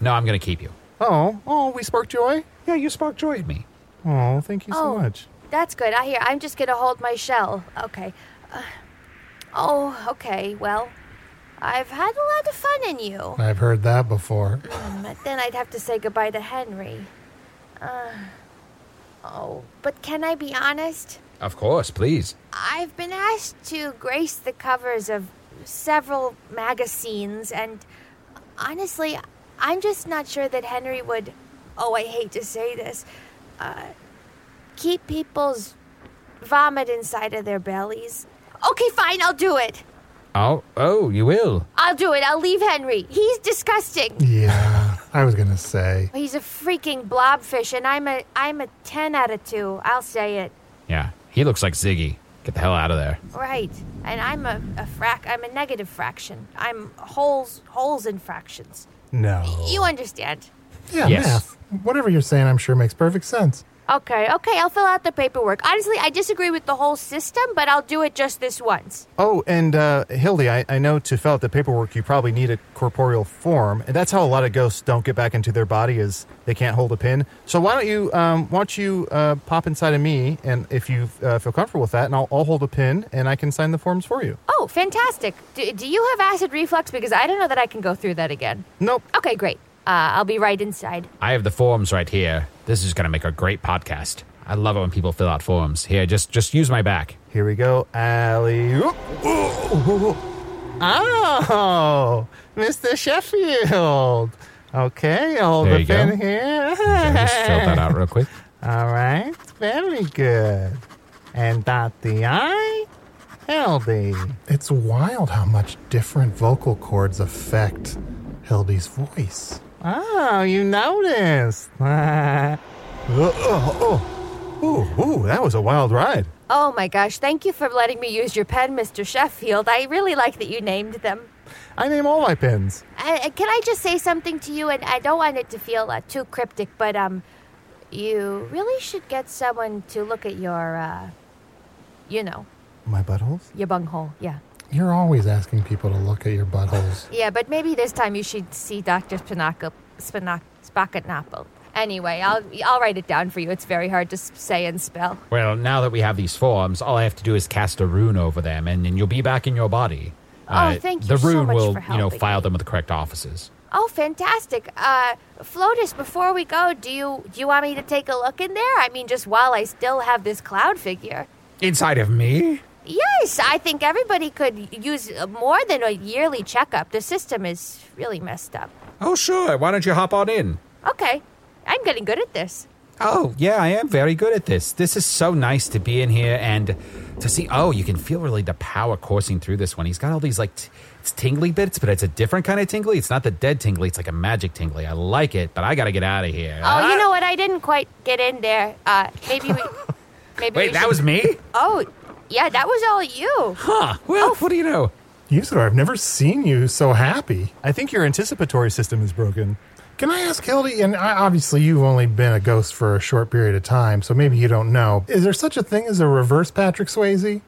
No, I'm going to keep you. Oh, oh, we spark joy. Yeah, you spark joy in me. Oh, thank you so Oh. much. That's good. I hear. I'm just gonna hold my shell. Okay. Uh, oh, okay. Well, I've had a lot of fun in you. I've heard that before. But then I'd have to say goodbye to Henry. Uh, oh, but can I be honest? Of course, please. I've been asked to grace the covers of several magazines, and honestly, I'm just not sure that Henry would. Oh, I hate to say this. Uh, keep people's vomit inside of their bellies. Okay, fine, I'll do it. Oh, oh, you will. I'll do it. I'll leave Henry. He's disgusting. Yeah, I was going to say. He's a freaking blobfish, and I'm a I'm a ten out of two. I'll say it. Yeah, he looks like Ziggy. Get the hell out of there. Right, and I'm a, a frac. I'm a negative fraction. I'm holes holes in fractions. No. You understand? Yeah, Yes. math. Whatever you're saying, I'm sure makes perfect sense. Okay, okay. I'll fill out the paperwork. Honestly, I disagree with the whole system, but I'll do it just this once. Oh, and uh, Hildy, I, I know to fill out the paperwork, you probably need a corporeal form, and that's how a lot of ghosts don't get back into their body is they can't hold a pin. So why don't you, um, why don't you uh, pop inside of me, and if you uh, feel comfortable with that, and I'll, I'll hold a pin, and I can sign the forms for you. Oh, fantastic! Do, do you have acid reflux? Because I don't know that I can go through that again. Nope. Okay, great. Uh, I'll be right inside. I have the forms right here. This is going to make a great podcast. I love it when people fill out forms. Here, just just use my back. Here we go, alley. oop. Ooh. Oh, Mr. Sheffield. Okay, I'll hold There the you go. pin here. Okay, just fill that out real quick. All right, very good. And dot the I, healthy. It's wild how much different vocal cords affect Hildy's voice. Oh, you noticed. oh, oh, oh. Ooh, ooh, that was a wild ride. Oh my gosh! Thank you for letting me use your pen, Mr. Sheffield. I really like that you named them. I name all my pins. I, I- can I just say something to you? And I don't want it to feel uh, too cryptic, but um, you really should get someone to look at your, uh, you know, My buttholes? your bunghole. Yeah. You're always asking people to look at your buttholes. Yeah, but maybe this time you should see Dr. Spinaco, Spinac, Spacketnapple. Anyway, I'll, I'll write it down for you. It's very hard to s- say and spell. Well, now that we have these forms, all I have to do is cast a rune over them, and then you'll be back in your body. Oh, thank you The so rune much will, for you know, helping file me. them with the correct offices. Oh, fantastic. Uh, Flotus, before we go, do you, do you want me to take a look in there? I mean, just while I still have this cloud figure. Inside of Mm. me? Yes, I think everybody could use uh, more than a yearly checkup. The system is really messed up. Oh, sure. Why don't you hop on in? Okay, I'm getting good at this. Oh, yeah, I am very good at this. This is so nice to be in here and to see. Oh, you can feel really the power coursing through this one. He's got all these like, t- it's tingly bits, but it's a different kind of tingly. It's not the dead tingly, it's like a magic tingly. I like it, but I gotta get out of here. Ah, Oh, you know what? I didn't quite get in there. Uh, maybe we. Maybe Wait, we that should- was me? Oh, yeah, that was all you. Huh. Well, what do you know? Usador, I've never seen you so happy. I think your anticipatory system is broken. Can I ask Hildy? And I, obviously, you've only been a ghost for a short period of time, so maybe you don't know. Is there such a thing as a reverse Patrick Swayze?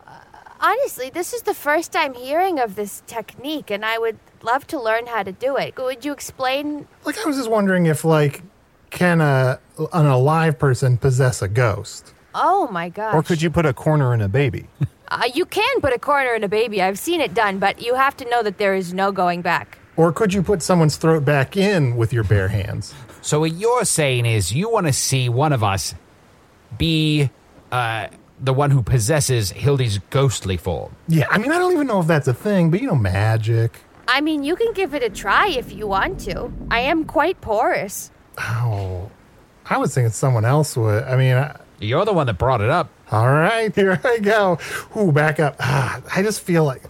Honestly, this is the first time hearing of this technique, and I would love to learn how to do it. Would you explain? Like, I was just wondering if, like, can a an alive person possess a ghost? Oh my gosh! Or could you put a corner in a baby? Uh, you can put a corner in a baby. I've seen it done, but you have to know that there is no going back. Or could you put someone's throat back in with your bare hands? So what you're saying is you want to see one of us be uh, the one who possesses Hildy's ghostly form. Yeah, I mean, I don't even know if that's a thing, but you know, magic. I mean, you can give it a try if you want to. I am quite porous. Oh, I was thinking someone else would. I mean, I, You're the one that brought it up. all right, here I go. Ooh, back up. Ah, I just feel like,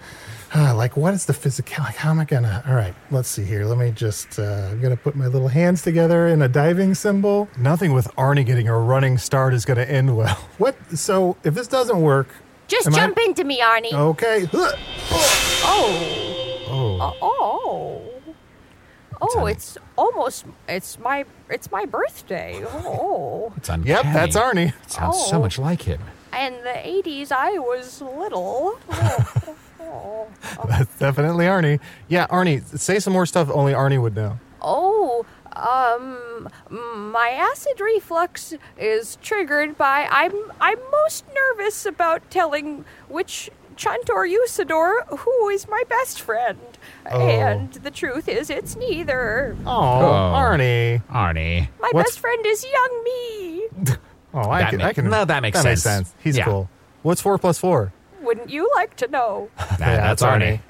ah, like what is the physical? Like, how am I gonna? All right, let's see here. Let me just. Uh, I'm gonna put my little hands together in a diving symbol. Nothing with Arnie getting a running start is going to end well. What? So if this doesn't work, Just Am I- jump into me, Arnie. okay. Ugh. Oh. Oh. Oh. Oh, it's almost it's my it's my birthday. Oh. It's uncanny. Yep, that's Arnie. Sounds so Oh. much like him. In the 80s I was little. Oh. Oh. That's definitely Arnie. Yeah, Arnie, say some more stuff only Arnie would know. Oh, um, my acid reflux is triggered by I'm I'm most nervous about telling which Chunt or Usador who is my best friend, and the truth is it's neither. Oh, Arnie. Arnie. My What's- best friend is young me. Oh, I That can, make- I can. no, that makes sense. He's Yeah. cool. What's four plus four? Wouldn't you like to know? Nah, that's Arnie.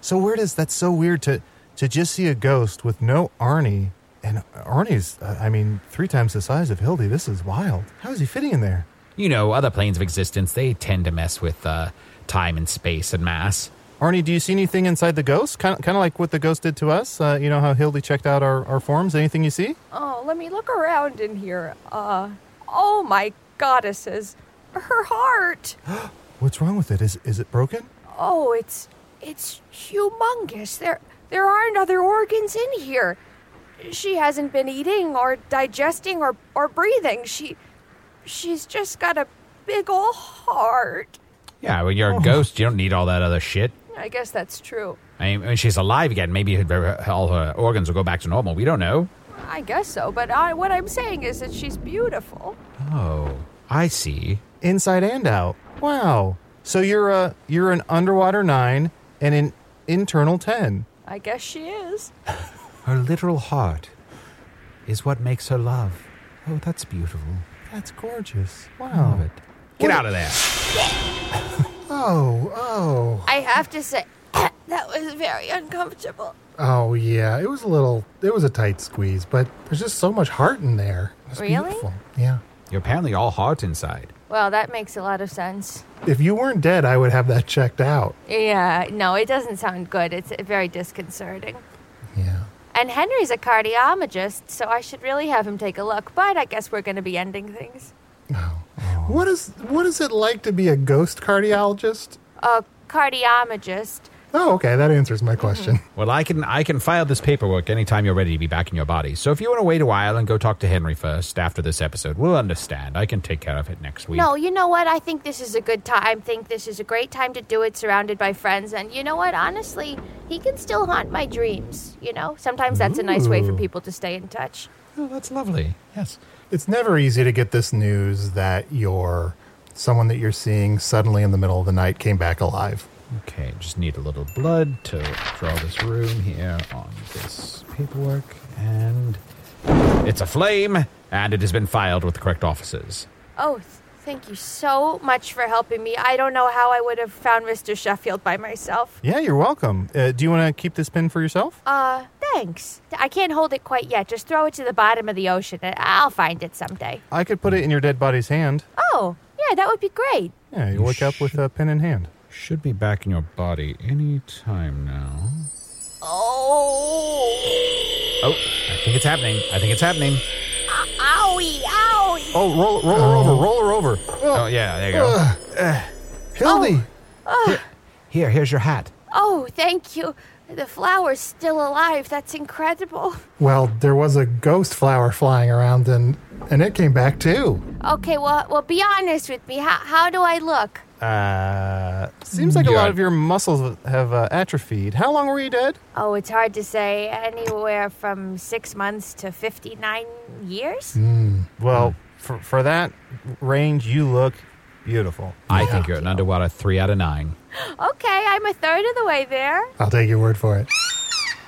So weird is that's so weird to to just see a ghost with no Arnie, and Arnie's uh, I mean three times the size of Hildy. This is wild. How is he fitting in there? You know, other planes of existence, they tend to mess with uh, time and space and mass. Arnie, do you see anything inside the ghost? Kind of, kind of like what the ghost did to us. Uh, you know how Hildy checked out our, our forms. Anything you see? Oh, let me look around in here. Uh, oh my goddesses, her heart. What's wrong with it? Is is it broken? Oh, it's it's humongous. There there aren't other organs in here. She hasn't been eating or digesting or or breathing. She she's just got a big ol' heart. Yeah, when you're a ghost, you don't need all that other shit. I guess that's true. I mean, when she's alive again, maybe her- all her organs will go back to normal. We don't know. I guess so, but I, what I'm saying is that she's beautiful. Oh, I see. Inside and out. Wow. So you're a you're an underwater nine and an internal ten. I guess she is. Her literal heart is what makes her love. Oh, that's beautiful. That's gorgeous. Wow. Oh. Get out of there. Oh, oh, I have to say that was very uncomfortable. oh, yeah. It was a little. It was a tight squeeze, but there's just so much heart in there. It's Really? beautiful. Yeah. You're apparently all heart inside. Well, that makes a lot of sense. If you weren't dead, I would have that checked out. Yeah, no, it doesn't sound good. It's very disconcerting. Yeah. And Henry's a cardiologist, so I should really have him take a look. But I guess we're going to be ending things. What is what is it like to be a ghost cardiologist? A cardiologist. Oh, okay, that answers my question. Well, I can I can file this paperwork anytime you're ready to be back in your body. So if you want to wait a while and go talk to Henry first after this episode, we'll understand. I can take care of it next week. No, you know what? I think this is a good time. think this is a great time to do it surrounded by friends. And you know what? Honestly, he can still haunt my dreams. You know, sometimes that's a nice way for people to stay in touch. Oh, that's lovely. Yes. It's never easy to get this news that your someone that you're seeing suddenly in the middle of the night came back alive. Okay, just need a little blood to draw this room here on this paperwork, and it's a flame, and it has been filed with the correct officers. Oh, th- thank you so much for helping me. I don't know how I would have found Mr. Sheffield by myself. Yeah, you're welcome. Uh, do you want to keep this pin for yourself? Uh, thanks. I can't hold it quite yet. Just throw it to the bottom of the ocean. and I'll find it someday. I could put it in your dead body's hand. Oh, yeah, that would be great. Yeah, you wake up with a pin in hand. Should be back in your body any time now. Oh, Oh, I think it's happening. I think it's happening. owie, owie. Oh, roll, roll her over, roll her over. Oh, yeah, there you go. Hildy, Here, here's your hat. Oh, thank you. The flower's still alive. That's incredible. well, there was a ghost flower flying around and and it came back too. Okay, well, well, be honest with me. How, how do I look? Uh, seems like a lot Yeah. of your muscles have uh, atrophied. How long were you dead? Oh, it's hard to say. Anywhere from six months to 59 years? Well, for, for that range, you look beautiful. I think you're an underwater three out of nine. Okay, I'm a third of the way there. I'll take your word for it.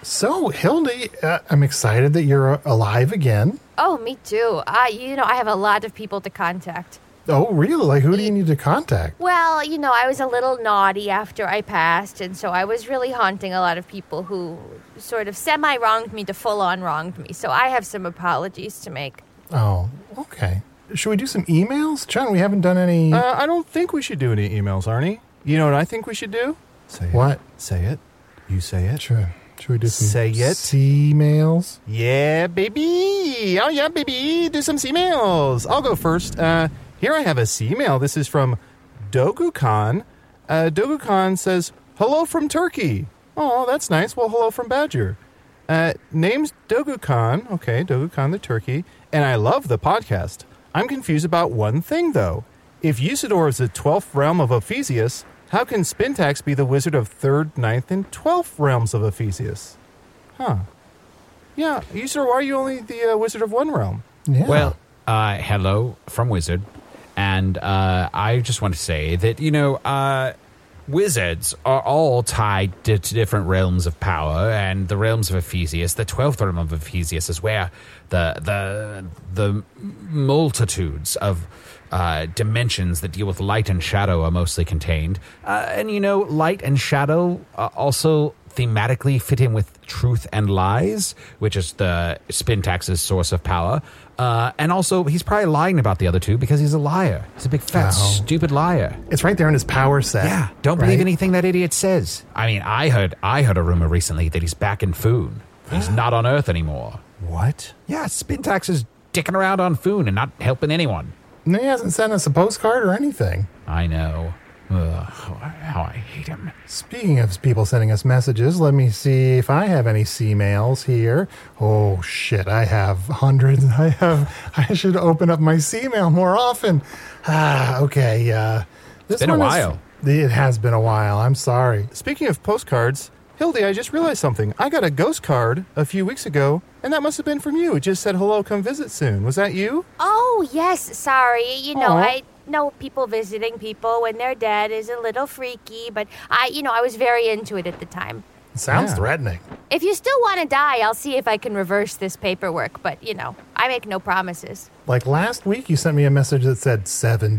So, Hildy, uh, I'm excited that you're alive again. Oh, me too. I, you know, I have a lot of people to contact. Oh, really? Like, who do you need to contact? Well, you know, I was a little naughty after I passed, and so I was really haunting a lot of people who sort of semi wronged me to full on wronged me. So I have some apologies to make. Oh, okay. Should we do some emails? John, we haven't done any. Uh, I don't think we should do any emails, Arnie. You know what I think we should do? Say it. What? Say it. You say it. Sure. Should we do some Say it. emails? Yeah, baby. Oh, yeah, baby. Do some C-mails. I'll go first. Uh, here I have a C-mail. This is from Dogukan. Uh, Dogukan says, Hello from Turkey. Oh, that's nice. Well, hello from Badger. Uh, name's Dogukan. Okay, Dogukan the Turkey. And I love the podcast. I'm confused about one thing, though. If Usador is the 12th realm of Ephesius, how can Spintax be the wizard of 3rd, 9th, and 12th realms of Ephesius? Yeah, Usador, why are you only the uh, Wizard of One Realm? Yeah. Well, uh, hello from Wizard. And uh, I just want to say that, you know, uh, wizards are all tied to, to different realms of power, and the realms of Ephesius, the 12th realm of Ephesius, is where the, the, the multitudes of uh, dimensions that deal with light and shadow are mostly contained. Uh, and, you know, light and shadow uh, also thematically fit in with truth and lies, which is the Spintax's source of power. Uh, and also, he's probably lying about the other two because he's a liar. He's a big fat, stupid liar. it's right there in his power set. Yeah, don't believe right? anything that idiot says. I mean, I heard I heard a rumor recently that he's back in Foon. He's not on Earth anymore. What? Yeah, Spintax is dicking around on Foon and not helping anyone. No, he hasn't sent us a postcard or anything. I know. Ugh, how I hate him. Speaking of people sending us messages, let me see if I have any C mails here. Oh shit, I have hundreds. I have. I should open up my C mail more often. Ah, okay. Uh, this been a one is- while. it has been a while. I'm sorry. Speaking of postcards, Hildy, I just realized something. I got a ghost card a few weeks ago, and that must have been from you. It just said, hello, come visit soon. Was that you? Oh, yes, sorry. You know, Aw. I know people visiting people when they're dead is a little freaky, but I, you know, I was very into it at the time. It sounds Yeah. threatening. If you still want to die, I'll see if I can reverse this paperwork, but, you know, I make no promises. Like last week, you sent me a message that said seven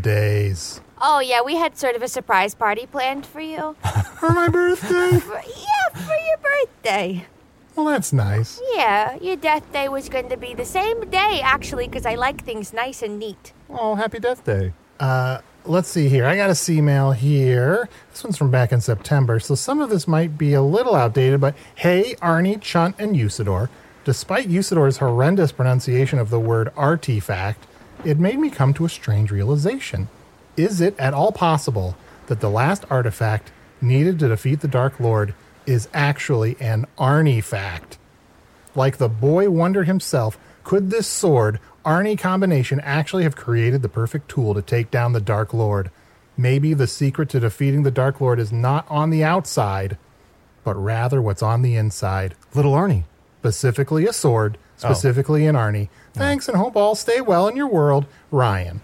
days Oh, yeah, we had sort of a surprise party planned for you. for my birthday. For- yeah, for your birthday. well, that's nice. Yeah, your death day was going to be the same day, actually, because I like things nice and neat. Oh, happy death day. Uh, Let's see here. I got a C mail here. This one's from back in September, so some of this might be a little outdated, but hey, Arnie, Chunt, and Usador. Despite Usador's horrendous pronunciation of the word artifact, it made me come to a strange realization. Is it at all possible that the last artifact needed to defeat the Dark Lord is actually an artifact? Like the boy wondered himself, could this sword Arnie combination actually have created the perfect tool to take down the Dark Lord? Maybe the secret to defeating the Dark Lord is not on the outside, but rather what's on the inside. Little Arnie. Oh. Specifically, a sword, specifically, an Arnie. Thanks and hope all stay well in your world, Ryan.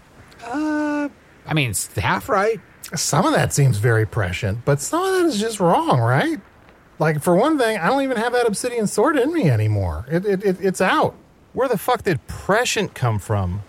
I mean, it's half right. Some of that seems very prescient, but some of that is just wrong, right? Like, for one thing, I don't even have that obsidian sword in me anymore. It, it, it, it's out. Where the fuck did prescient come from?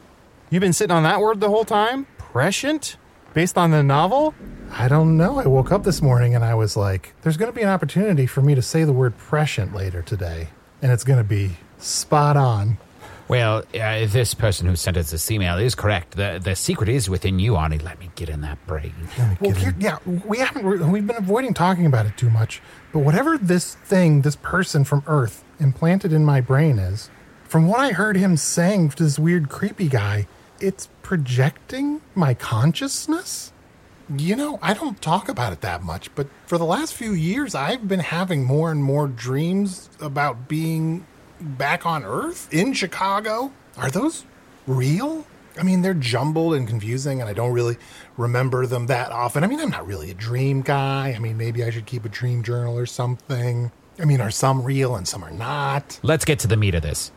You've been sitting on that word the whole time? Prescient? Based on the novel? I don't know. I woke up this morning and I was like, there's going to be an opportunity for me to say the word prescient later today, and it's going to be spot on. Well, uh, this person who sent us this email is correct. The the secret is within you, Arnie. Let me get in that brain. Well, here, yeah, we haven't, re- we've been avoiding talking about it too much, but whatever this thing, this person from Earth implanted in my brain is, from what I heard him saying to this weird, creepy guy, it's projecting my consciousness? You know, I don't talk about it that much, but for the last few years, I've been having more and more dreams about being back on Earth in Chicago. Are those real? I mean, they're jumbled and confusing, and I don't really remember them that often. I mean, I'm not really a dream guy. I mean, maybe I should keep a dream journal or something. I mean, are some real and some are not? Let's get to the meat of this.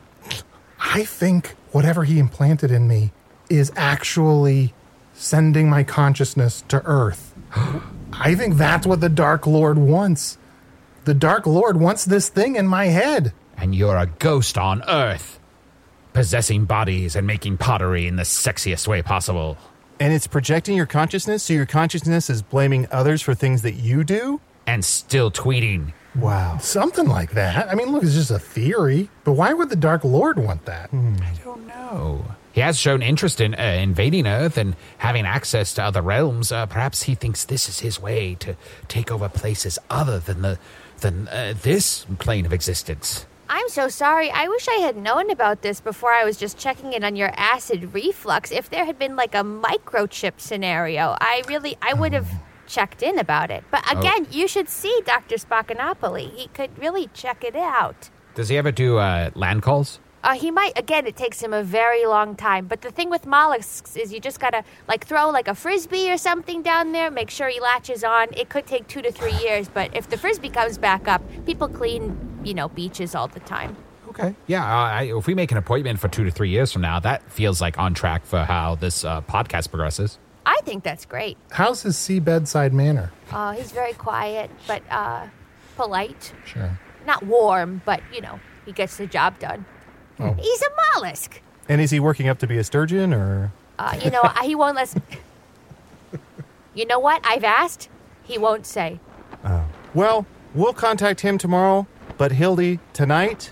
I think whatever he implanted in me is actually sending my consciousness to Earth. I think that's what the Dark Lord wants. The Dark Lord wants this thing in my head. and you're a ghost on Earth, possessing bodies and making pottery in the sexiest way possible. and it's projecting your consciousness, so your consciousness is blaming others for things that you do? And still tweeting. Wow. Something like that. I mean, look, it's just a theory, but why would the Dark Lord want that? Hmm. Oh, No. He has shown interest in uh, invading Earth and having access to other realms. Uh, perhaps he thinks this is his way to take over places other than the than uh, this plane of existence. I'm so sorry. I wish I had known about this before I was just checking in on your acid reflux. If there had been like a microchip scenario, I really I would have checked in about it. But again, you should see Dr. Spacanopoli. He could really check it out. Does he ever do uh, land calls? Uh, he might again. It takes him a very long time. But the thing with mollusks is you just gotta like throw like a frisbee or something down there. Make sure he latches on. It could take two to three years, but if the frisbee comes back up, people clean you know beaches all the time. Okay. Yeah. Uh, I, if we make an appointment for two to three years from now, that feels like on track for how this uh, podcast progresses. I think that's great. How's his sea bedside manner? Uh, he's very quiet, but uh, polite. Sure. Not warm, but you know he gets the job done. He's a mollusk. And is he working up to be a sturgeon or Uh, you know I- he won't let. you know what? I've asked. He won't say. Well, we'll contact him tomorrow, but Hildy, tonight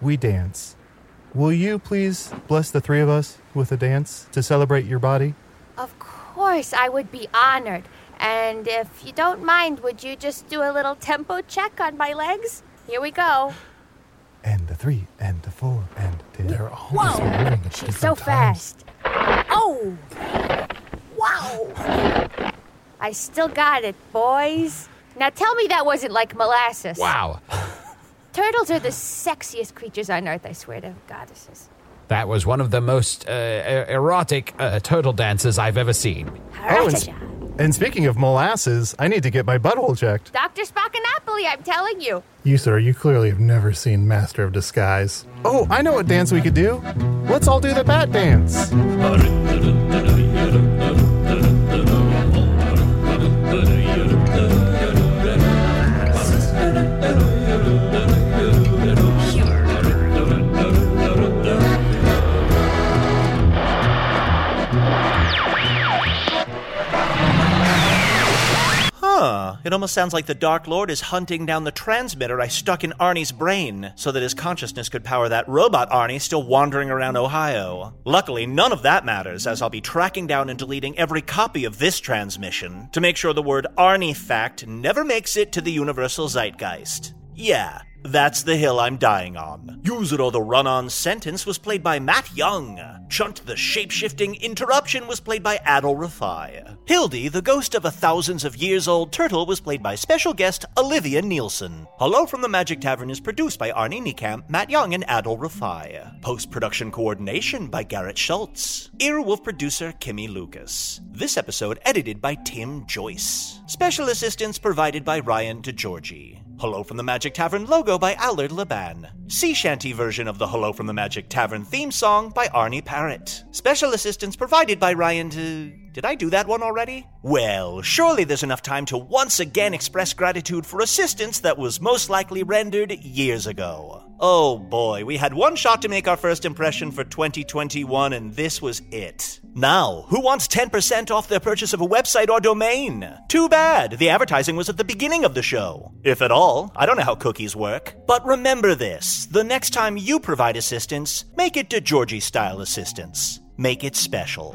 we dance. Will you please bless the three of us with a dance to celebrate your body? Of course, I would be honored. And if you don't mind, would you just do a little tempo check on my legs? Here we go. And the three and the four and the They're all just Whoa! moving at She's different so times. fast. Oh! Wow! I still got it, boys. Now tell me that wasn't like molasses. Wow. Turtles are the sexiest creatures on earth, I swear to goddesses. That was one of the most uh, er- erotic uh, turtle dances I've ever seen. Oh, and, s- and speaking of molasses, I need to get my butthole checked. Dr. Spacanopoli, I'm telling you. You, sir, you clearly have never seen Master of Disguise. Oh, I know what dance we could do. Let's all do the bat dance. Huh. It almost sounds like the Dark Lord is hunting down the transmitter I stuck in Arnie's brain so that his consciousness could power that robot Arnie still wandering around Ohio. Luckily, none of that matters, as I'll be tracking down and deleting every copy of this transmission to make sure the word Arnie fact never makes it to the universal zeitgeist. Yeah, that's the hill I'm dying on. User of the run on sentence was played by Matt Young. Chunt the shapeshifting interruption was played by Adol Rafai. Hildy, the ghost of a thousands of years old turtle, was played by special guest Olivia Nielsen. Hello from the Magic Tavern is produced by Arnie Niekamp, Matt Young, and Adol Rafai. Post production coordination by Garrett Schultz. Earwolf producer Kimmy Lucas. This episode edited by Tim Joyce. Special assistance provided by Ryan DeGiorgi. Hello from the Magic Tavern logo by Allard Laban. Sea shanty version of the Hello from the Magic Tavern theme song by Arnie Parrott. Special assistance provided by Ryan to. Did I do that one already? Well, surely there's enough time to once again express gratitude for assistance that was most likely rendered years ago. Oh boy, we had one shot to make our first impression for 2021, and this was it. Now, who wants 10% off their purchase of a website or domain? Too bad, the advertising was at the beginning of the show. If at all, I don't know how cookies work. But remember this the next time you provide assistance, make it to Georgie style assistance. Make it special.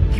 he